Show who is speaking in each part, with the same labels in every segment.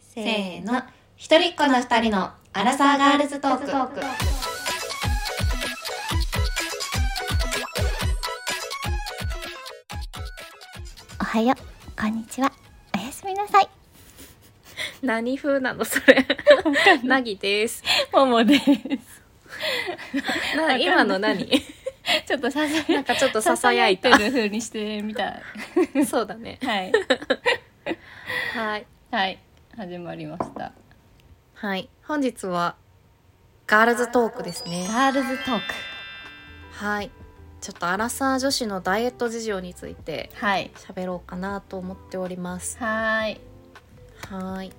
Speaker 1: せーの一人っ子の二人のアラサーガールズトーク
Speaker 2: おはようこんにちはおやすみなさい
Speaker 3: 何風なのそれなぎです
Speaker 2: ももです
Speaker 3: な今の何
Speaker 2: ちょっとささ
Speaker 3: なんかちょっとささやい
Speaker 2: て
Speaker 3: た
Speaker 2: る風にしてみた
Speaker 3: そうだね
Speaker 2: はい
Speaker 3: はい
Speaker 2: はい始まりました
Speaker 3: はい本日はガールズトークですね
Speaker 2: ガールズトーク
Speaker 3: はいちょっとアラサー女子のダイエット事情について
Speaker 2: はい
Speaker 3: 喋ろうかなと思っております
Speaker 2: はーいい
Speaker 3: はい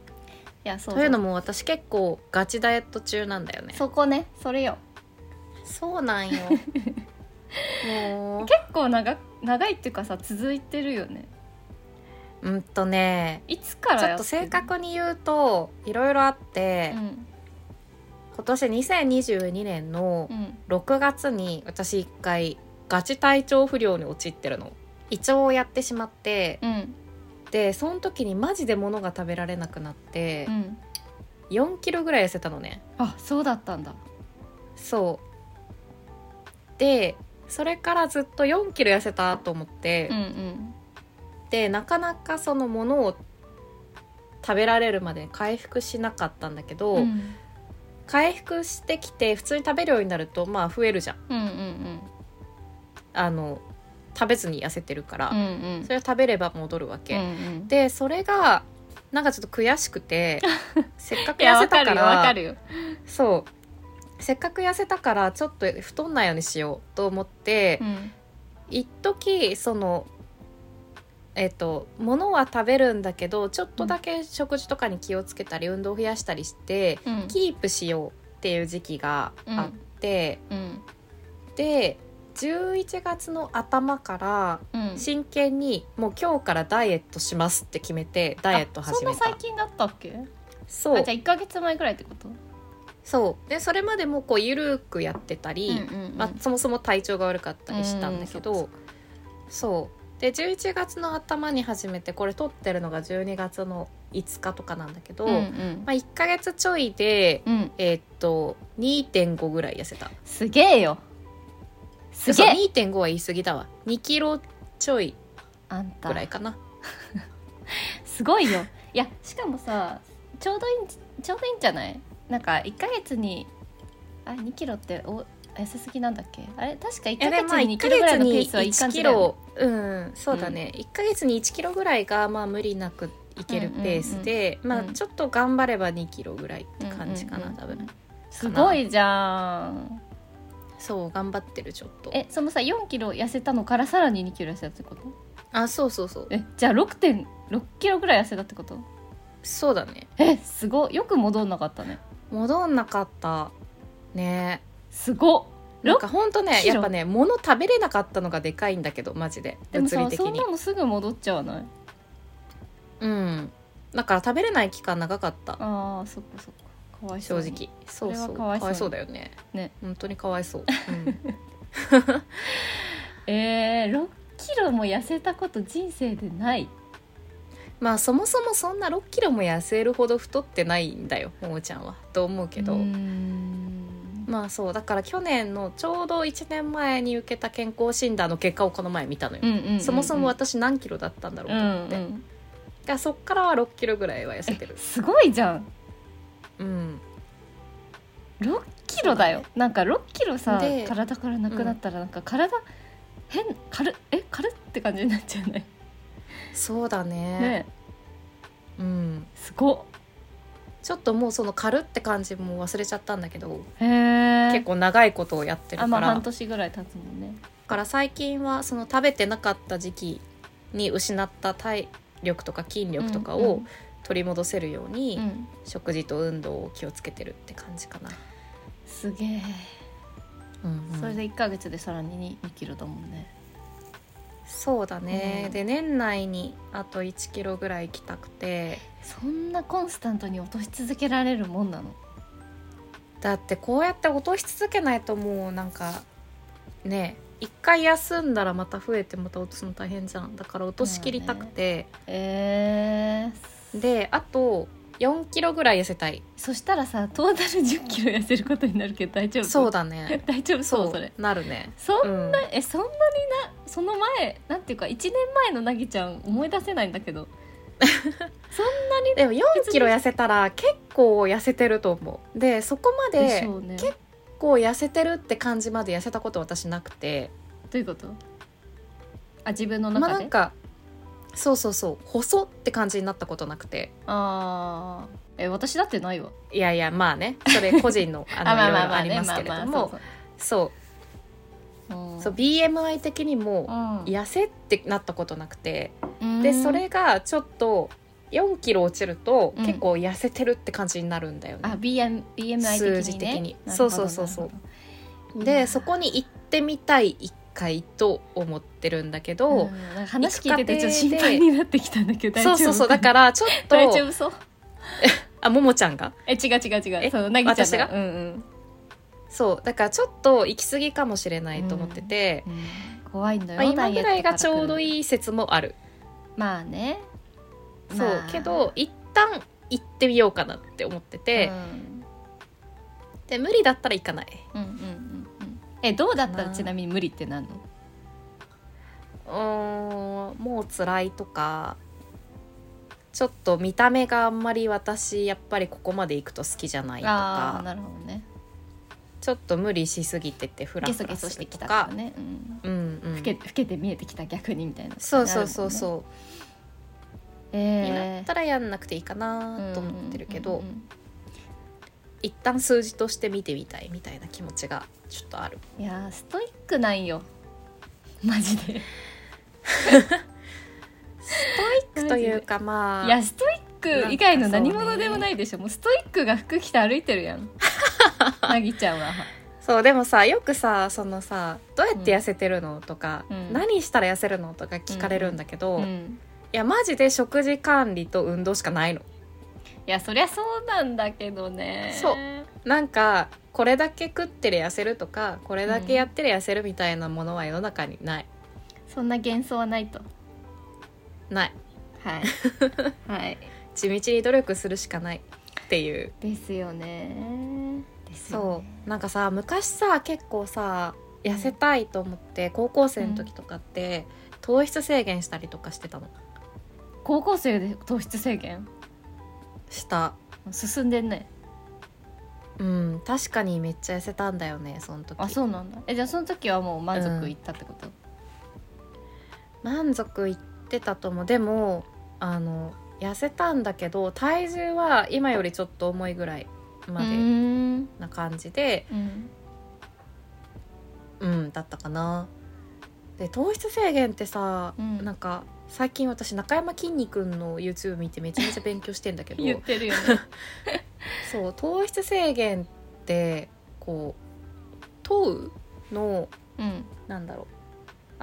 Speaker 2: やそう
Speaker 3: というのも私結構ガチダイエット中なんだよね
Speaker 2: そこねそれよ
Speaker 3: そうなんよ もう
Speaker 2: 結構長長いっていうかさ続いてるよね
Speaker 3: うんとね
Speaker 2: いつから
Speaker 3: ちょ
Speaker 2: や
Speaker 3: っと
Speaker 2: てる
Speaker 3: 正確に言うといろいろあって、
Speaker 2: うん
Speaker 3: 今年2022年の
Speaker 2: うん
Speaker 3: 6月に私一回ガチ体調不良に陥ってるの胃腸をやってしまって
Speaker 2: うん
Speaker 3: でその時にマジで物が食べられなくなって
Speaker 2: うん
Speaker 3: 4キロぐらい痩せたのね
Speaker 2: あそうだったんだ
Speaker 3: そうでそれからずっと4キロ痩せたと思って
Speaker 2: うん、うん
Speaker 3: でなかなかその物を食べられるまで回復しなかったんだけど、
Speaker 2: うん
Speaker 3: 回復してきて普通に食べるようになるとまあ増えるじゃん
Speaker 2: うんうん
Speaker 3: あの食べずに痩せてるから、
Speaker 2: うんうん
Speaker 3: それを食べれば戻るわけ、
Speaker 2: うんうん
Speaker 3: でそれがなんかちょっと悔し くてせっかく
Speaker 2: いや
Speaker 3: 痩
Speaker 2: わ
Speaker 3: せ
Speaker 2: か
Speaker 3: た
Speaker 2: る
Speaker 3: か
Speaker 2: よわからるよ
Speaker 3: そうせっかく痩せたからちょっと太んないようにしようと思って
Speaker 2: うん
Speaker 3: 一時そのえっと物は食べるんだけどちょっとだけ食事とかに気をつけたり運動を増やしたりして
Speaker 2: うん
Speaker 3: キープしようっていう時期があって、
Speaker 2: うん
Speaker 3: で11月の頭から
Speaker 2: うん
Speaker 3: 真剣にもう今日からダイエットしますって決めてダイエット始め
Speaker 2: あそんな
Speaker 3: た
Speaker 2: 最近だったっけ
Speaker 3: そ
Speaker 2: あ
Speaker 3: う
Speaker 2: じゃあ1か月前ぐらいってこと
Speaker 3: そうでそれまでもこうゆるくやってたり、
Speaker 2: うんうんうん
Speaker 3: まあ、そもそも体調が悪かったりしたんだけど、
Speaker 2: うんう
Speaker 3: そうで11月の頭に始めてこれ撮ってるのが12月の5日とかなんだけど、
Speaker 2: うんうん
Speaker 3: まあ、1ヶ月ちょいで、
Speaker 2: うん
Speaker 3: えーっと2.5ぐらい痩せた
Speaker 2: すげえよすげ
Speaker 3: そう
Speaker 2: え
Speaker 3: 2.5は言い過ぎだわ2キロちょい
Speaker 2: あん
Speaker 3: ぐら
Speaker 2: た
Speaker 3: いかな
Speaker 2: すごいよいやしかもさちょうどいいんじちょうどいいんじゃないなんか1か月にあ2キロってお痩せすぎなんだっけあれ確か1か
Speaker 3: えで
Speaker 2: 月
Speaker 3: まあ
Speaker 2: に2キ
Speaker 3: 1ヶ
Speaker 2: ロぐらい
Speaker 3: 月
Speaker 2: のペ
Speaker 3: に
Speaker 2: ースはいい
Speaker 3: 1
Speaker 2: 感じ
Speaker 3: キ
Speaker 2: だよね
Speaker 3: ロうんそうだね、1ヶ月に1キロぐらいがまあ無理なくいけるペースで、
Speaker 2: んうんうん
Speaker 3: まあちょっと頑張れば2キロぐらいって感じかな、
Speaker 2: うんうんうん
Speaker 3: 多分
Speaker 2: すごいじゃん
Speaker 3: そう頑張ってるちょっと
Speaker 2: えそのさ4キロ痩せたのからさらに2キロ痩せたってこと
Speaker 3: あそうそうそう
Speaker 2: えじゃあ6.6キロぐらい痩せたってこと
Speaker 3: そうだね
Speaker 2: えすごいよく戻んなかったね
Speaker 3: 戻んなかったね
Speaker 2: すごっ
Speaker 3: なんかほんと
Speaker 2: 6
Speaker 3: ね
Speaker 2: キロ
Speaker 3: やっぱね物食べれなかったのがでかいんだけどマジで
Speaker 2: でも
Speaker 3: 物
Speaker 2: さ
Speaker 3: 理的
Speaker 2: そん
Speaker 3: に
Speaker 2: なのすぐ戻っちゃわない
Speaker 3: うんだから食べれない期間長かった
Speaker 2: あーそっかそっかかわいそ
Speaker 3: 正
Speaker 2: うに
Speaker 3: 直そう
Speaker 2: れは
Speaker 3: そう
Speaker 2: かわいそうに
Speaker 3: かわいそうだよね
Speaker 2: ね
Speaker 3: 本当にかわいそう、うん
Speaker 2: えー、6キロも痩せたこと人生でない
Speaker 3: まあそもそもそんな6キロも痩せるほど太ってないんだよももちゃんはと思うけど、
Speaker 2: うーん
Speaker 3: まあそうだから去年のちょうど1年前に受けた健康診断の結果をこの前見たのよ、
Speaker 2: うんうんうんうん
Speaker 3: そもそも私何キロだったんだろう
Speaker 2: う
Speaker 3: と思
Speaker 2: ん
Speaker 3: っ
Speaker 2: う
Speaker 3: て、
Speaker 2: ん
Speaker 3: がそっからは6キロぐらいは痩せて
Speaker 2: え
Speaker 3: る
Speaker 2: すごいじゃん
Speaker 3: うん
Speaker 2: 6キロだよなんか6キロさ
Speaker 3: で
Speaker 2: 体からなくなったらなんか体、変軽っえ軽っって感じになっちゃうね
Speaker 3: そうだね
Speaker 2: ね
Speaker 3: うん
Speaker 2: すご
Speaker 3: ちょっともうその軽って感じも忘れちゃったんだけど
Speaker 2: っへえ
Speaker 3: 結構長いことをやってる
Speaker 2: あ
Speaker 3: か
Speaker 2: まあ
Speaker 3: ら、
Speaker 2: 半年ぐらい経つもんね
Speaker 3: だから最近はその食べてなかった時期に失った体力とか筋力とかを取り戻せるように、
Speaker 2: うんうんうん
Speaker 3: 食事と運動を気をつけてるって感じかな、
Speaker 2: すげえそ
Speaker 3: そ
Speaker 2: れ
Speaker 3: れ
Speaker 2: で
Speaker 3: で
Speaker 2: 1か月でさらに 2, 2キロだもんね
Speaker 3: そうだね、
Speaker 2: うん
Speaker 3: で年内にあと1キロぐらい行きたくて
Speaker 2: そんなコンスタントに落とし続けられるもんなの
Speaker 3: だってこうやって落とし続けないともうなんかね一回休んだらまた増えてまた落とすの大変じゃんだから落としきりたくて、
Speaker 2: えー、
Speaker 3: であと4キロぐらい痩せたい
Speaker 2: そしたらさトータル1 0キロ痩せることになるけど大丈夫
Speaker 3: そう
Speaker 2: だ
Speaker 3: だね
Speaker 2: 大丈夫そうそれ
Speaker 3: なるね
Speaker 2: そん
Speaker 3: うん
Speaker 2: な、えそんなになその前なんていうか1年前のなぎちゃん思い出せないんだけどそんなに
Speaker 3: でも4キロ痩せたら結構痩せてると思うでそこま
Speaker 2: で
Speaker 3: で
Speaker 2: しょうね
Speaker 3: 結結構痩せてるって感じまで痩せたこと私なくて
Speaker 2: どういうことあ自分の
Speaker 3: まあ
Speaker 2: 中
Speaker 3: な
Speaker 2: で、
Speaker 3: んかそうそうそう細って感じになったことなくて
Speaker 2: ああえ私だってないわ
Speaker 3: いやいやまあねそれ個人 のあのいろいろありますけれどもそう
Speaker 2: そう
Speaker 3: そう BMI 的にも
Speaker 2: うん
Speaker 3: 痩せってなったことなくて
Speaker 2: うん
Speaker 3: でそれがちょっと4キロ落ちると
Speaker 2: うん
Speaker 3: 結構痩せてるって感じになるんだよ
Speaker 2: あ
Speaker 3: ね。
Speaker 2: BM BMI 的に、ね、
Speaker 3: 数字的に
Speaker 2: なるほど
Speaker 3: そうそうそうそう
Speaker 2: なるうん
Speaker 3: でそこに行ってみたい1回と思ってるんだけ
Speaker 2: ほど
Speaker 3: ど、
Speaker 2: うんなんか話聞いててちょっと
Speaker 3: 行
Speaker 2: 心
Speaker 3: く過程で
Speaker 2: 配になってきたんだけど大丈夫
Speaker 3: そうそうそう だからちょっと
Speaker 2: 大丈夫そう
Speaker 3: あももちゃんが
Speaker 2: え違う違う違う
Speaker 3: え
Speaker 2: そのなぎちゃんの
Speaker 3: 私が
Speaker 2: うんうん
Speaker 3: そうだからちょっと行き過ぎかもしれないと思ってて、
Speaker 2: うん怖いんだよ、
Speaker 3: まあ、今ぐらいがちょうど
Speaker 2: い
Speaker 3: いい説もある、
Speaker 2: まあね
Speaker 3: そうけ、ど一旦行ってみようかなって思って
Speaker 2: まあ
Speaker 3: て
Speaker 2: う、ん、
Speaker 3: で無理だったら行かない
Speaker 2: うんうんうんうんえどうだった
Speaker 3: ま
Speaker 2: ら
Speaker 3: あ
Speaker 2: ちなみに無理ってなるの
Speaker 3: うーんもう辛いとかちょっと見た目があんまり私やっぱりここまで行くと好きじゃないと
Speaker 2: ああー
Speaker 3: か
Speaker 2: なるほどね
Speaker 3: ちょっと無理しすぎててフラ
Speaker 2: ゲ
Speaker 3: フ
Speaker 2: ソゲ
Speaker 3: ラす
Speaker 2: ソし
Speaker 3: る
Speaker 2: てき
Speaker 3: と
Speaker 2: たと
Speaker 3: か
Speaker 2: かね、うん、
Speaker 3: うんうん
Speaker 2: 老け老けて見えてきた逆にみたいな、
Speaker 3: そうそうそうそ
Speaker 2: う、
Speaker 3: う、にな
Speaker 2: え
Speaker 3: ったらやんなくていいか
Speaker 2: ー
Speaker 3: なと思ってるけど、
Speaker 2: うんうんうん
Speaker 3: 一旦数字として見てみたいみたいな気持ちがちょっとある
Speaker 2: うんいやーストイックなんよ マジでマジで
Speaker 3: というかまあ
Speaker 2: いやストイック以外の何
Speaker 3: なんかそ
Speaker 2: 者
Speaker 3: うね
Speaker 2: でもないでしょもうストイックが服着て歩いてる やんなぎちゃんは
Speaker 3: そうでもさよくさそのさどうやって痩せてるの、とか、
Speaker 2: うん
Speaker 3: 何したら痩せるのとか聞かれるんだけど、
Speaker 2: う
Speaker 3: い
Speaker 2: ん
Speaker 3: やマジで食事管理と運動しかないの
Speaker 2: いやそりゃそうなんだけどね
Speaker 3: そうなんかこれだけ食ってりゃ痩せるとかこれだけやってりゃ痩せるみたいなものは世の中にない
Speaker 2: そんな幻想はないと
Speaker 3: ない
Speaker 2: はい はい
Speaker 3: 地道に努力するしかないっていう
Speaker 2: ですよねですよ
Speaker 3: そ
Speaker 2: ね
Speaker 3: うなんかさ昔さ結構さ痩せたいと思って、高校生の時とかって糖質制限したりとかしてたの
Speaker 2: 高校生で糖質制限
Speaker 3: した
Speaker 2: 進んでんね
Speaker 3: うん確かにめっちゃ痩せたんだよねその時
Speaker 2: あそうなんだえじゃあその時はもう満足いったってこと、
Speaker 3: 満足いってたともでもあの痩せたんだけど体重は今よりちょっと重いぐらいま
Speaker 2: う
Speaker 3: で
Speaker 2: ーん
Speaker 3: な感じで
Speaker 2: うん
Speaker 3: うん、だったかなで糖質制限ってさ、
Speaker 2: うん
Speaker 3: なんか最近私中山きんに君の YouTube 見てめちゃめちゃ勉強してんだけ ど
Speaker 2: 言ってるよね
Speaker 3: そう糖質制限ってこう糖の
Speaker 2: うん
Speaker 3: なんだろう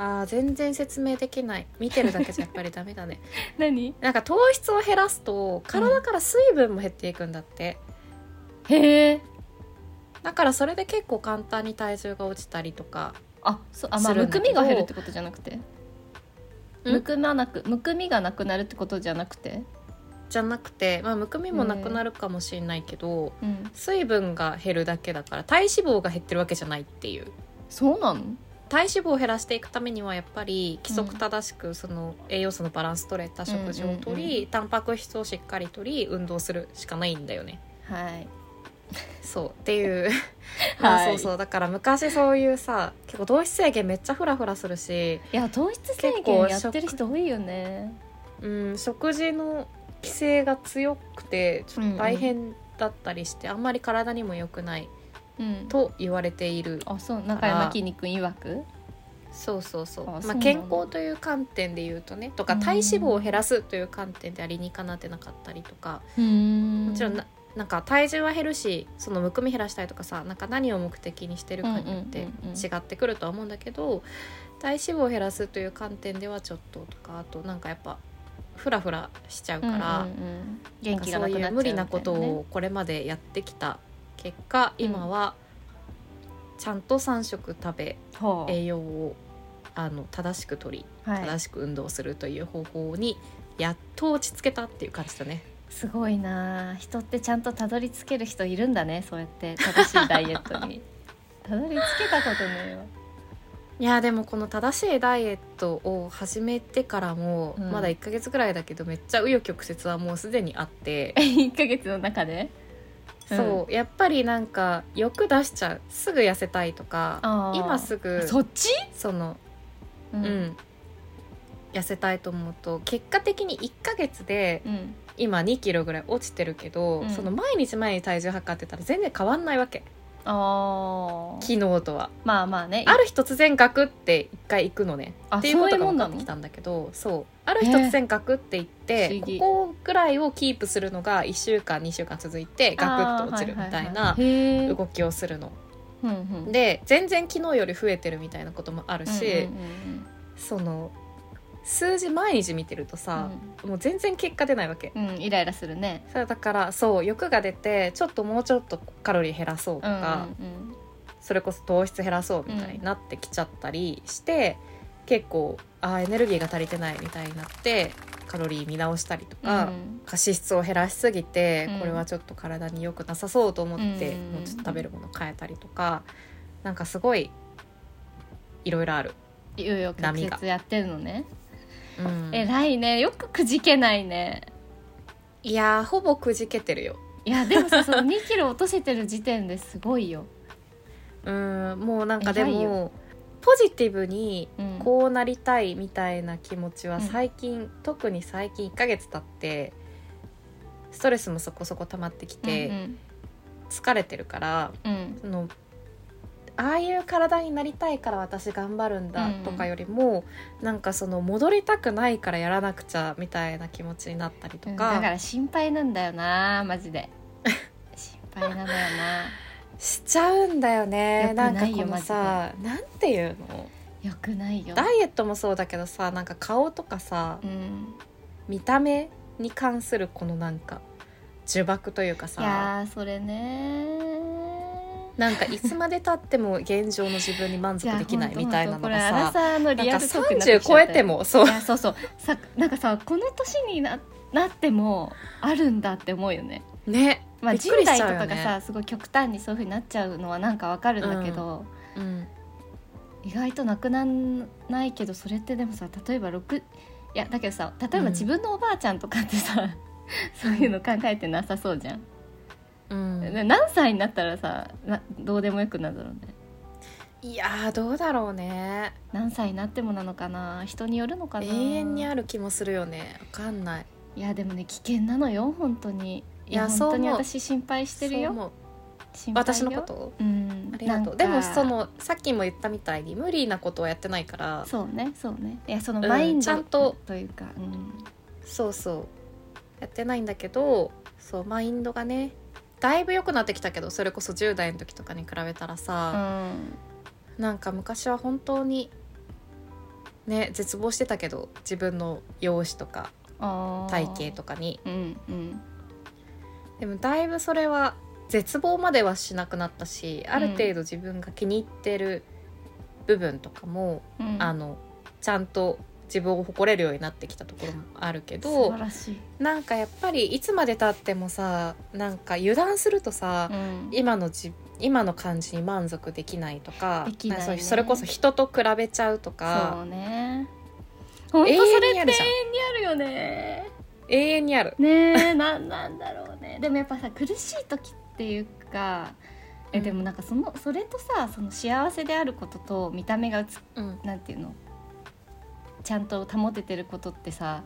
Speaker 3: あー全然説明できない見てるだけじゃやっぱりダメだね
Speaker 2: 何
Speaker 3: なんか糖質を減らすと体から水分も減っていくんだって、
Speaker 2: へえ
Speaker 3: だからそれで結構簡単に体重が落ちたりとか
Speaker 2: あそうあまあ
Speaker 3: する
Speaker 2: む
Speaker 3: んだけ
Speaker 2: く
Speaker 3: ど
Speaker 2: みが減るってことじゃなくて
Speaker 3: ん
Speaker 2: むくまなくむくみがなくなるってことじゃなくて
Speaker 3: じゃなくて、まあ、むくみもなくなるかもしれないけど、
Speaker 2: うん
Speaker 3: 水分が減るだけだから体脂肪が減ってるわけじゃないっていう
Speaker 2: そうなの
Speaker 3: 体脂肪を減らしていくためにはやっぱり規則正しくその栄養素のバランス取れた食事をとり、
Speaker 2: うんうんう
Speaker 3: タンパク質をしっかりとり運動するしかないんだよね。
Speaker 2: はい
Speaker 3: そうっていう ま
Speaker 2: は
Speaker 3: あ
Speaker 2: い
Speaker 3: そうそうだから昔そういうさ結構糖質制限めっちゃフラフラするし、
Speaker 2: いや糖質制
Speaker 3: 結構
Speaker 2: 限やってる人多いよね
Speaker 3: うん、食事の規制が強くてちょっと大変だったりして、あんまり体にも良くない
Speaker 2: うん
Speaker 3: と言われている
Speaker 2: あそう中山きんに君曰く
Speaker 3: そうそうそう
Speaker 2: あそうな
Speaker 3: まあ、
Speaker 2: んだ
Speaker 3: 健康という観点で言うとねとか
Speaker 2: うん
Speaker 3: 体脂肪を減らすという観点でありにかなってなかったりとか、
Speaker 2: も
Speaker 3: もちろんななんか体重は減るしそのむくみ減らしたいとかさなんか何を目的にしてるかによって
Speaker 2: うんうんうんうん
Speaker 3: 違ってくるとは思うんだけど、体脂肪を減らすという観点ではちょっととかあとなんかやっぱフラフラしちゃうから、
Speaker 2: うんうんうん
Speaker 3: な
Speaker 2: 元
Speaker 3: んか
Speaker 2: 気がな
Speaker 3: そう
Speaker 2: くなっ
Speaker 3: い
Speaker 2: ちゃ
Speaker 3: う
Speaker 2: う
Speaker 3: 無理なこと
Speaker 2: みたいね
Speaker 3: をこれまでやってきた結果今はちゃんと3食食べ
Speaker 2: ほう
Speaker 3: 栄養をあの正しくとり
Speaker 2: はい
Speaker 3: 正しく運動するという方法にやっと落ち着けたっていう感じだね。
Speaker 2: すごいなあ人ってちゃんとたどり着ける人いるんだねそうやって正しいダイエット にたどり着けたことないわ
Speaker 3: いやでもこの正しいダイエットを始めてからも、
Speaker 2: うん
Speaker 3: まだ1ヶ月ぐらいだけどめっちゃ紆余曲折はもうすでにあって、
Speaker 2: 1ヶ月の中でうん
Speaker 3: そうやっぱりなんか欲出しちゃうすぐ痩せたいとか
Speaker 2: あー
Speaker 3: 今すぐ
Speaker 2: そっち、
Speaker 3: その
Speaker 2: う
Speaker 3: うん、
Speaker 2: ん
Speaker 3: 痩せたいと思うと結果的に1ヶ月で
Speaker 2: うん
Speaker 3: 今2キロぐらい落ちてるけど、
Speaker 2: うん
Speaker 3: その毎日毎日体重測ってたら全然変わんないわけ
Speaker 2: ああ
Speaker 3: 昨日とは
Speaker 2: まあまあね
Speaker 3: ある日突然ガクって一回行くのね
Speaker 2: あ
Speaker 3: っていうことが分かっ
Speaker 2: そういうもんな
Speaker 3: て
Speaker 2: の
Speaker 3: きたんだけどそうある日突然ガクって行って、
Speaker 2: 不思議
Speaker 3: ここぐらいをキープするのが1週間2週間続いてガクッと落ちるみたい
Speaker 2: あ
Speaker 3: な
Speaker 2: ーはははへー
Speaker 3: 動きをするの。
Speaker 2: うんうん
Speaker 3: で全然昨日より増えてるみたいなこともあるし、
Speaker 2: うんうんうん
Speaker 3: その数字毎日見てるとさ、もう全然結果出ないわけ。
Speaker 2: うん、うんイライラするね
Speaker 3: そうだからそう欲が出てちょっともうちょっとカロリー減らそうと
Speaker 2: うんうん
Speaker 3: か、
Speaker 2: うん
Speaker 3: それこそ糖質減らそうみたいになってきちゃったりして、結構あーエネルギーが足りてないみたいになってカロリー見直したりと
Speaker 2: う
Speaker 3: か、
Speaker 2: ん
Speaker 3: 過脂質を減らしすぎて、
Speaker 2: うん
Speaker 3: これはちょっと体に良くなさそうと思って、
Speaker 2: うん
Speaker 3: もうちょっと食べるもの変えたりとかなんかすごいいろいろある。
Speaker 2: いよいよ
Speaker 3: 波
Speaker 2: 結
Speaker 3: が
Speaker 2: 節やってるのね
Speaker 3: うん
Speaker 2: 偉いねよくくじけないね
Speaker 3: いやーほぼくじけてるよ。
Speaker 2: いやでもさその2キロ落とせてる時点ですごいよ、
Speaker 3: うんもうなんかで
Speaker 2: 偉い
Speaker 3: もポジティブに
Speaker 2: うん、
Speaker 3: こうなりたいみたいな気持ちは
Speaker 2: うん
Speaker 3: 最近、特に最近1ヶ月経ってストレスもそこそこ溜まってきて、
Speaker 2: うん
Speaker 3: 疲れてるから
Speaker 2: うんうん
Speaker 3: そのああいう体になりたいから私頑張るんだ
Speaker 2: うん
Speaker 3: とかよりも、なんかその戻りたくないからやらなくちゃみたいな気持ちになったりと
Speaker 2: うん
Speaker 3: か,、
Speaker 2: だから心配なんだよなマジで心配なんだよ
Speaker 3: しちゃうんだよ
Speaker 2: よ
Speaker 3: ね
Speaker 2: く
Speaker 3: なん
Speaker 2: な
Speaker 3: か
Speaker 2: い
Speaker 3: こ
Speaker 2: よ
Speaker 3: のさなんていうの
Speaker 2: なよくないよ
Speaker 3: ダイエットもそうだけどさなんか顔とかさ、
Speaker 2: うん、
Speaker 3: 見た目に関するこのなんか呪縛というか
Speaker 2: い
Speaker 3: さ
Speaker 2: やーそれね
Speaker 3: なんかいつまでたっても現状の自分に満足できないみたいなのが
Speaker 2: いやほんとほんとこれアラサ
Speaker 3: さ
Speaker 2: ーの
Speaker 3: なん
Speaker 2: リ
Speaker 3: か
Speaker 2: アルトークになって
Speaker 3: 30
Speaker 2: きちゃっ
Speaker 3: 超
Speaker 2: た
Speaker 3: えてもそう
Speaker 2: いやそうそうさなんかさこの年にななってもあるんだって思うよね
Speaker 3: ね
Speaker 2: まあ
Speaker 3: びっ
Speaker 2: 10
Speaker 3: くりし
Speaker 2: 代
Speaker 3: ち
Speaker 2: と
Speaker 3: ゃうよね
Speaker 2: かがさ、すごい極端にそういうふうになっちゃうのはなんかわかるんだけど、
Speaker 3: うん
Speaker 2: 意外となくなんないけどそれってでもさ例えば6いやだけどさ例え
Speaker 3: うん
Speaker 2: ば自分のおばあちゃんとかってさ、 そういうの考えてなさそうじゃん、
Speaker 3: うん
Speaker 2: で何歳になったらさなどうでもよくなるだろうね
Speaker 3: いやーどうだろうね
Speaker 2: 何歳になってもなのかな人によるのか
Speaker 3: 永
Speaker 2: な
Speaker 3: 遠にある気もするよねわかんない
Speaker 2: いやでもね危険なのよ本当にいや
Speaker 3: いやそう
Speaker 2: 本当に
Speaker 3: 思う
Speaker 2: 私心配してるよ
Speaker 3: そう思う
Speaker 2: 心配よ
Speaker 3: 私のこと
Speaker 2: うん
Speaker 3: ありが
Speaker 2: な
Speaker 3: と
Speaker 2: んか
Speaker 3: うでもそのさっきも言ったみたいに無理なことをやってないから
Speaker 2: そうねそうねいやその
Speaker 3: うん
Speaker 2: マインド
Speaker 3: ちゃんと
Speaker 2: というか、うん、
Speaker 3: そうそうやってないんだけどそうマインドがねだいぶ良くなってきたけどそれこそ10代の時とかに比べたらさ、なんか昔は本当にね絶望してたけど自分の容姿とか体型と
Speaker 2: か
Speaker 3: かに
Speaker 2: うんうん
Speaker 3: でもだいぶそれは絶望まではしなくなったしある程度自分が気に入ってる部分とかも、
Speaker 2: うん
Speaker 3: あのちゃんと自分を誇れるようになってきたところもあるけど
Speaker 2: 素晴らしい、
Speaker 3: なんかやっぱりいつまでたってもさなんか油断するとさ、
Speaker 2: うん
Speaker 3: 今のじ今の感じに満足できないとか
Speaker 2: できないね
Speaker 3: んかそううそれこそ人と比べちゃうと
Speaker 2: そ
Speaker 3: か
Speaker 2: うね本
Speaker 3: 永
Speaker 2: 当それ
Speaker 3: 遠
Speaker 2: って永遠
Speaker 3: にある
Speaker 2: に
Speaker 3: じゃん
Speaker 2: あるよね
Speaker 3: 永遠にある。
Speaker 2: ねえなんなんだろうねでもやっぱさ苦しい時っていうかえ
Speaker 3: うん
Speaker 2: でもなんかそのそれとさその幸せであることと見た目がうつ
Speaker 3: うん
Speaker 2: なんていうのちゃんと保ててることってさ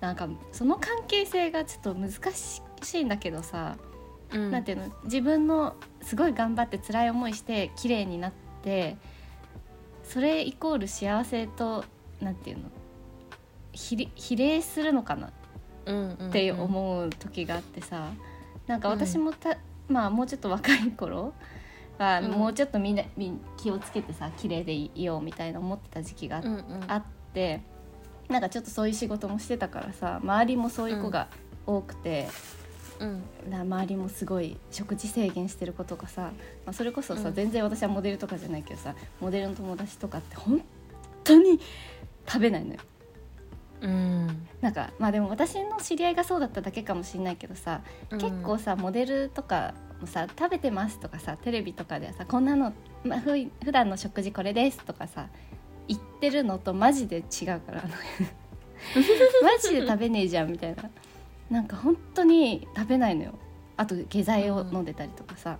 Speaker 2: なんかその関係性がちょっと難しいんだけどさ、
Speaker 3: うん
Speaker 2: なんていうの自分のすごい頑張って辛い思いして綺麗になってそれイコール幸せとなんていうの比例比例するのかな
Speaker 3: うんうん
Speaker 2: って思う時があってさなんか私もた、まあもうちょっと若い頃は
Speaker 3: うん
Speaker 2: もうちょっとみんな、みん気をつけてさ綺麗でいようみたいな思ってた時期があっ
Speaker 3: うんうん
Speaker 2: あってなんかちょっとそういう仕事もしてたからさ周りもそういう子が多くて、
Speaker 3: うん
Speaker 2: な周りもすごい食事制限してる子とかさ、まあ、それこそさ、
Speaker 3: うん
Speaker 2: 全然私はモデルとかじゃないけどさモデルの友達とかって本当に食べないのよ
Speaker 3: うん、
Speaker 2: なんかまあでも私の知り合いがそうだっただけかもしれないけどさ、結構さモデルとかもさ食べてますとかさテレビとかではさこんなの、まあ、ふい普段の食事これですとかさ言ってるのとマジで違うからあのマジで食べねえじゃんみたいななんか本当に食べないのよあと下剤を飲んでたりとかさ、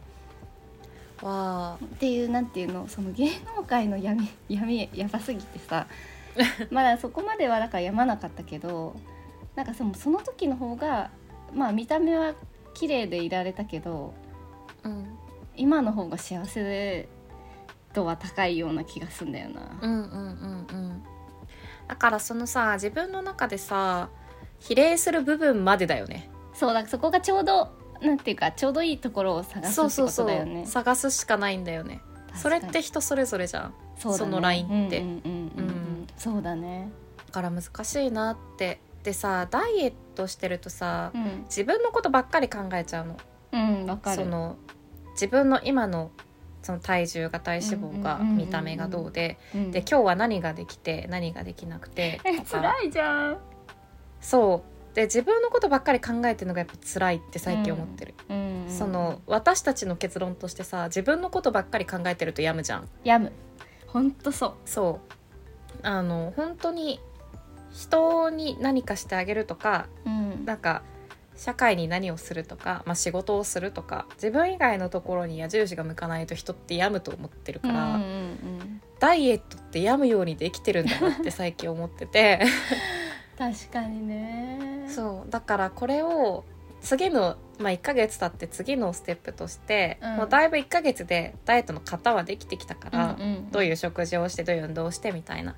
Speaker 3: わあ
Speaker 2: っていうなんていうのその芸能界の闇闇やばすぎてさまだそこまではだからやまなかったけどなんかそのその時の方がまあ見た目は綺麗でいられたけど
Speaker 3: うん
Speaker 2: 今の方が幸せ度は高いような気がすんだよな。
Speaker 3: うんうんうんうんだからそのさ自分の中でさ比例する部分までだよね
Speaker 2: そうだそこがちょうどなんていうかちょうどいいところを探す
Speaker 3: そう
Speaker 2: って
Speaker 3: そう
Speaker 2: こ
Speaker 3: そ
Speaker 2: と
Speaker 3: う、
Speaker 2: だよね。
Speaker 3: 探すしかないんだよね
Speaker 2: 確かに
Speaker 3: それって人それぞれじゃん
Speaker 2: そうだね
Speaker 3: そのラインって
Speaker 2: うんうんうんうんうん
Speaker 3: うん
Speaker 2: そうだね。
Speaker 3: だから難しいなってでさダイエットしてるとさ、
Speaker 2: うん
Speaker 3: 自分のことばっかり考えちゃうの
Speaker 2: うんわかる。
Speaker 3: その自分の今のその体重が体脂肪が
Speaker 2: うんうんうんうん
Speaker 3: 見た目がどうで、
Speaker 2: うん
Speaker 3: で今日は何ができて何ができなくて
Speaker 2: え
Speaker 3: とか
Speaker 2: 辛いじゃん。
Speaker 3: そうで自分のことばっかり考えてるのがやっぱ辛いって最近思ってる、
Speaker 2: うんうん
Speaker 3: その私たちの結論としてさ自分のことばっかり考えてると病むじゃん
Speaker 2: やむ。本当そう。
Speaker 3: そうあの本当に人に何かしてあげるとか
Speaker 2: うん
Speaker 3: なんか社会に何をするとか、まあ、仕事をするとか自分以外のところに矢印が向かないと人って病むと思ってるから、
Speaker 2: うんうんうん
Speaker 3: ダイエットって病むようにできてるんだな って最近思ってて
Speaker 2: 確かにね。
Speaker 3: そうだからこれを次の、まあ、1ヶ月経って次のステップとして、
Speaker 2: うん
Speaker 3: もうだいぶ1ヶ月でダイエットの型はできてきたから、
Speaker 2: うんうん
Speaker 3: どういう食事をしてどういう運動をしてみたいな。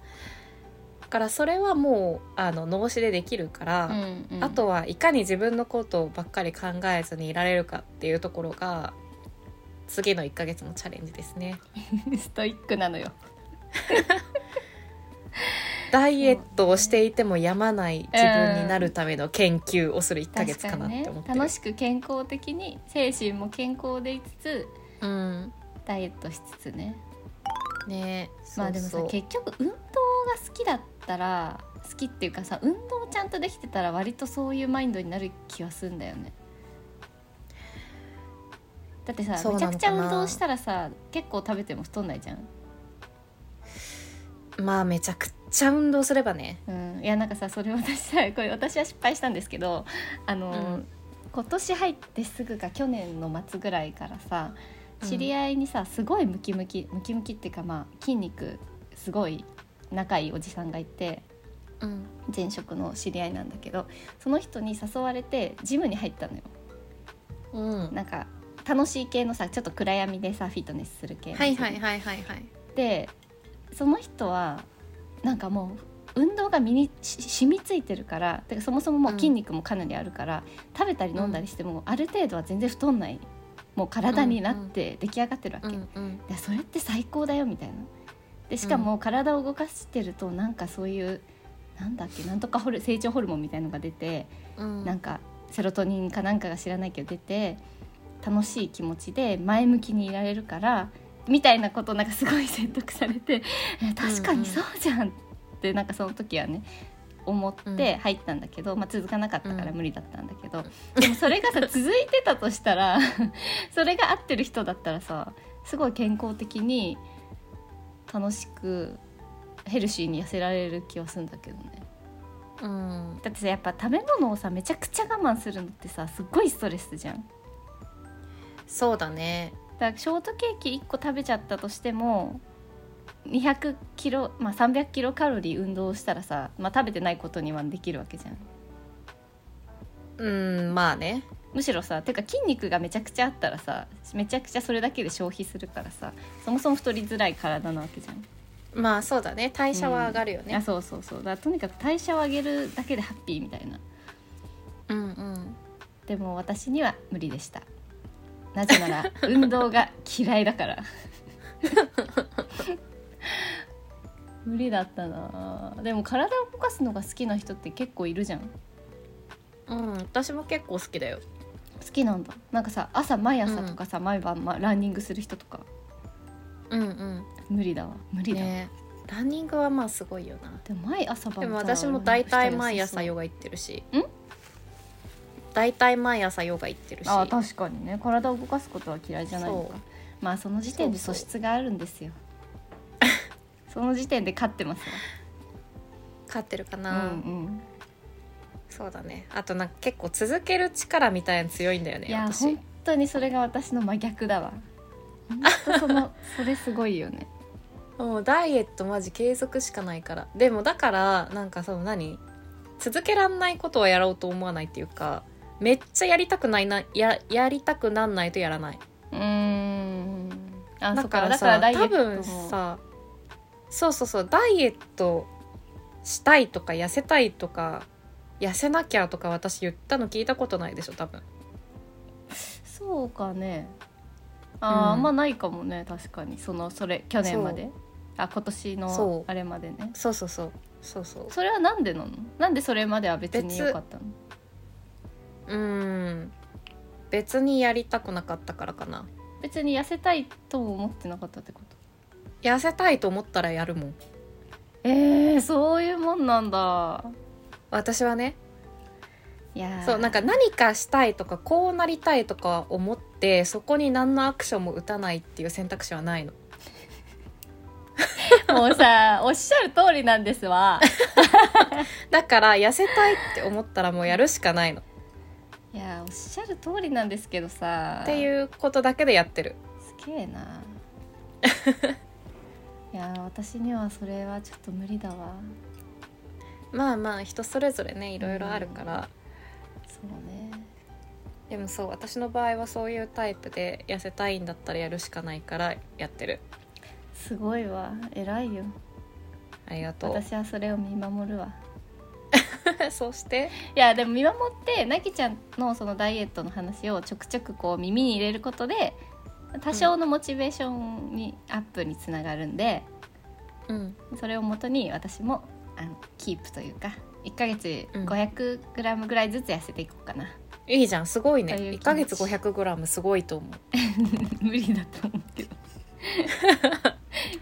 Speaker 3: だからそれはもうあの脳死でできるから、
Speaker 2: うんうん
Speaker 3: あとはいかに自分のことばっかり考えずにいられるかっていうところが次の1ヶ月のチャレンジですね。
Speaker 2: ストイックなのよ。
Speaker 3: ダイエットをしていてもやまない自分になるための研究をする1ヶ月かなって思ってる。
Speaker 2: 楽しく健康的に精神も健康でいつつ
Speaker 3: うん、
Speaker 2: ダイエットしつつね
Speaker 3: ね
Speaker 2: まあでもさ
Speaker 3: そうそう
Speaker 2: 結局運動が好きだったら好きっていうかさ運動ちゃんとできてたら割とそういうマインドになる気はすんだよねだってさ
Speaker 3: そう
Speaker 2: め
Speaker 3: な
Speaker 2: ち
Speaker 3: の
Speaker 2: ゃ
Speaker 3: かな
Speaker 2: くちゃ運動したらさ結構食べても太んないじゃん、
Speaker 3: まあめちゃくちゃ運動すればね。
Speaker 2: うん、いやなんかさそれ私さ これ私は失敗したんですけどあの、
Speaker 3: うん
Speaker 2: 今年入ってすぐか去年の末ぐらいからさ
Speaker 3: うん
Speaker 2: 知り合いにさすごいムキムキムキムキっていうかまあ筋肉すごい仲いいおじさんがいて
Speaker 3: うん、
Speaker 2: 前職の知り合いなんだけどその人に誘われてジムに入ったのよ
Speaker 3: うん、
Speaker 2: なんか楽しい系のさちょっと暗闇でさフィットネスする系の
Speaker 3: はいはいはいはいはい。
Speaker 2: でその人はなんかもう運動が身にし染みついてるからてかそもそももう筋肉もかなりあるから、食べたり飲んだりしてもある程度は全然太んないもう体になって出来上がってるわけ、
Speaker 3: うんうん
Speaker 2: でそれって最高だよみたいなでしかも体を動かしてるとなんかそういうなんだっけなんとかホル成長ホルモンみたいのが出て
Speaker 3: うん
Speaker 2: なんかセロトニンかなんかが知らないけど出て楽しい気持ちで前向きにいられるからみたいなことをなんかすごい説得され て「え確かにそうじゃん」ってなんかその時はね思って入ったんだけど、まあ、続かなかったから
Speaker 3: うん
Speaker 2: 無理だったんだけど、でもそれ がさ続いてたとしたら それが合ってる人だったらさすごい健康的に楽しくヘルシーに痩せられる気はするんだけどね。
Speaker 3: うん、
Speaker 2: だってさやっぱ食べ物をさめちゃくちゃ我慢するのってさすっごいストレスじゃん
Speaker 3: そうだね。
Speaker 2: だからショートケーキ1個食べちゃったとしても200キロ、まあ、300キロカロリー運動したらさ、まあ、食べてないことにはできるわけじゃん
Speaker 3: うん、まあね。
Speaker 2: むしろさてか筋肉がめちゃくちゃあったらさめちゃくちゃそれだけで消費するからさそもそも太りづらい体なわけじゃん
Speaker 3: まあそうだね代謝は上がるよ
Speaker 2: あ
Speaker 3: ね、
Speaker 2: そうそうそうだからとにかく代謝を上げるだけでハッピーみたいな
Speaker 3: うん、うん
Speaker 2: でも私には無理でしたなぜなら運動が嫌いだから 無理だったなでも体を動かすのが好きな人って結構いるじゃん
Speaker 3: うん私も結構好きだよ
Speaker 2: 好きなんだなんかさ朝毎朝とかさ、毎晩、ま、ランニングする人とか
Speaker 3: うんうん
Speaker 2: 無理だわ無理だわ、
Speaker 3: ねランニングはまあすごいよな
Speaker 2: でも毎朝晩
Speaker 3: でも私も大体毎朝ヨガ行ってるし
Speaker 2: ん
Speaker 3: 大体毎朝ヨガ行ってるし
Speaker 2: あー確かにね体を動かすことは嫌いじゃないのか
Speaker 3: そう
Speaker 2: まあその時点で
Speaker 3: そ
Speaker 2: 素
Speaker 3: うそう
Speaker 2: 質があるん ですよその時点で勝ってます
Speaker 3: 勝ってるか
Speaker 2: わ
Speaker 3: な、
Speaker 2: うん
Speaker 3: そうだねあとなんか結構続ける力みたいなの強いんだよ
Speaker 2: う
Speaker 3: ね
Speaker 2: んいや
Speaker 3: 私
Speaker 2: 本当にそれが私の真逆だわ本当そ のそれすごいよね
Speaker 3: もうダイエットマジ継続しかないからでもだからなんかその何続けらんないことはやろうと思わないっていうかめっちゃやりたくないなややりたくなんないとやらないう
Speaker 2: ーんあ
Speaker 3: だ
Speaker 2: そっか
Speaker 3: か
Speaker 2: らだ
Speaker 3: さ
Speaker 2: からダイエ
Speaker 3: 多
Speaker 2: ットも
Speaker 3: 分さそうそうそうダイエットしたいとか痩せたいとか痩せなきゃとか私言ったの聞いたことないでしょ多分
Speaker 2: そうかねあー、
Speaker 3: うん
Speaker 2: まあないかもね確かにそのそれ去年まであ今年
Speaker 3: そ
Speaker 2: の
Speaker 3: う
Speaker 2: あれまでね
Speaker 3: そうそうそうそうそう
Speaker 2: それはなんでなのなんでそれまでは別に
Speaker 3: 別
Speaker 2: 良かったの
Speaker 3: うーん別にやりたくなかったからかな
Speaker 2: 別に痩せたいとも思ってなかったってこと
Speaker 3: 痩せたいと思ったらやるもん
Speaker 2: えー、そういうもんなんだ
Speaker 3: 私はね
Speaker 2: いやー
Speaker 3: そうなんか何かしたいとかこうなりたいとか思ってそこに何のアクションも打たないっていう選択肢はないの
Speaker 2: もうさおっしゃる通りなんですわ
Speaker 3: だから痩せたいって思ったらもうやるしかないのっ
Speaker 2: いやーおっしゃる通りなんですけどさ
Speaker 3: て
Speaker 2: う
Speaker 3: いうことだけでやってる
Speaker 2: すげえ ないやー私にはそれはちょっと無理だわ
Speaker 3: まあまあ人それぞれねいろいろあるから、
Speaker 2: そうね
Speaker 3: でもそう私の場合はそういうタイプで痩せたいんだったらやるしかないからやってる
Speaker 2: すごいわ偉いよ
Speaker 3: ありがとう
Speaker 2: 私はそれを見守るわ
Speaker 3: そうして
Speaker 2: いやでも見守ってなきちゃんのそのダイエットの話をちょくちょくこう耳に入れることで多少のモチベーションにアップにつながるんで、
Speaker 3: うん
Speaker 2: それをもとに私もあのキープというか1ヶ月
Speaker 3: うん
Speaker 2: 500g ぐらいずつ痩せていこうかな、
Speaker 3: いいじゃんすごいね
Speaker 2: という気持ち
Speaker 3: 1ヶ月 500g すごいと思う
Speaker 2: 無理だと思う けど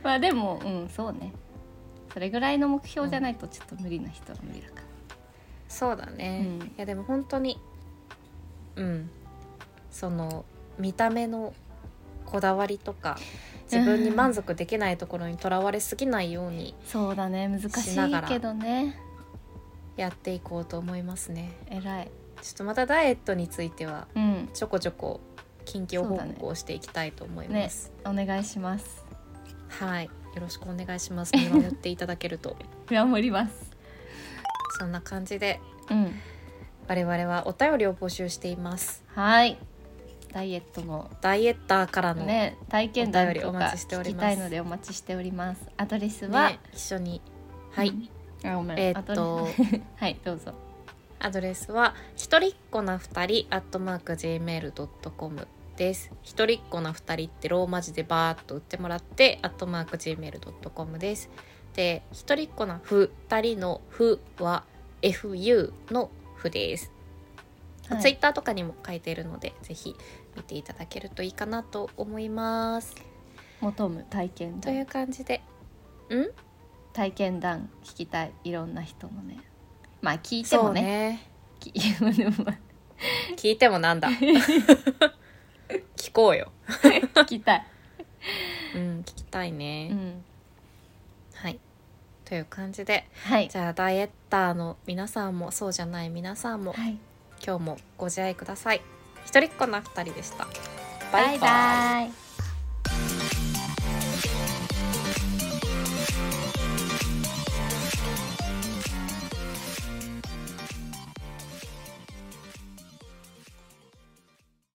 Speaker 2: まあでもうんそうねそれぐらいの目標じゃないとちょっと無理な人は無理だから、
Speaker 3: そうだね、
Speaker 2: うん
Speaker 3: いやでも本当にうんその見た目のこだわりとか自分に満足できないところにとらわれすぎないように
Speaker 2: そうだね難し
Speaker 3: しなが
Speaker 2: い
Speaker 3: ら
Speaker 2: けどね
Speaker 3: やっていこうと思いますね
Speaker 2: 偉い
Speaker 3: ちょっとまたダイエットについては
Speaker 2: うん
Speaker 3: ちょこちょこ近況報告をしていきたいと思い
Speaker 2: ね
Speaker 3: ます、
Speaker 2: お願いします
Speaker 3: はいよろしくお願いします見守っていただけると
Speaker 2: 頑張ります
Speaker 3: そんな感じで
Speaker 2: うん
Speaker 3: 我々はお便りを募集しています
Speaker 2: はいダイエットの
Speaker 3: ダイエッターからのね
Speaker 2: ね体験談と
Speaker 3: お便りお
Speaker 2: か
Speaker 3: 待ちしてお
Speaker 2: 聞
Speaker 3: り
Speaker 2: き
Speaker 3: ます
Speaker 2: たいのでお待ちしておりますアドレスは、
Speaker 3: 一緒にはい、
Speaker 2: あごめん
Speaker 3: えーっ
Speaker 2: ア
Speaker 3: と
Speaker 2: ドレス はいどうぞ
Speaker 3: アドレスはひとりっ子な二人アットマーク gmail.com ですひとりっ子な二人ってローマ字でバーっと打ってもらってアットマーク gmail.com ですでひとりっ子な二人のふは fu のふです、
Speaker 2: はい
Speaker 3: ツイッターとかにも書いているのでぜひ見ていただけるといいかなと思います
Speaker 2: 求む体験
Speaker 3: という
Speaker 2: 談
Speaker 3: 感じで
Speaker 2: 体験談聞きたいいろんな人のねまあ聞いても ねきでもまあ
Speaker 3: そうね聞いても なんだ聞こうよ、
Speaker 2: 聞きた い、
Speaker 3: うん、聞きたいね、
Speaker 2: うん、
Speaker 3: はい。という感じで、
Speaker 2: はい
Speaker 3: じゃあダイエッターの皆さんもそうじゃない皆さんも
Speaker 2: はい
Speaker 3: 今日もご自愛ください。一人っ子な二人でした。バイバイ。
Speaker 2: バイバイ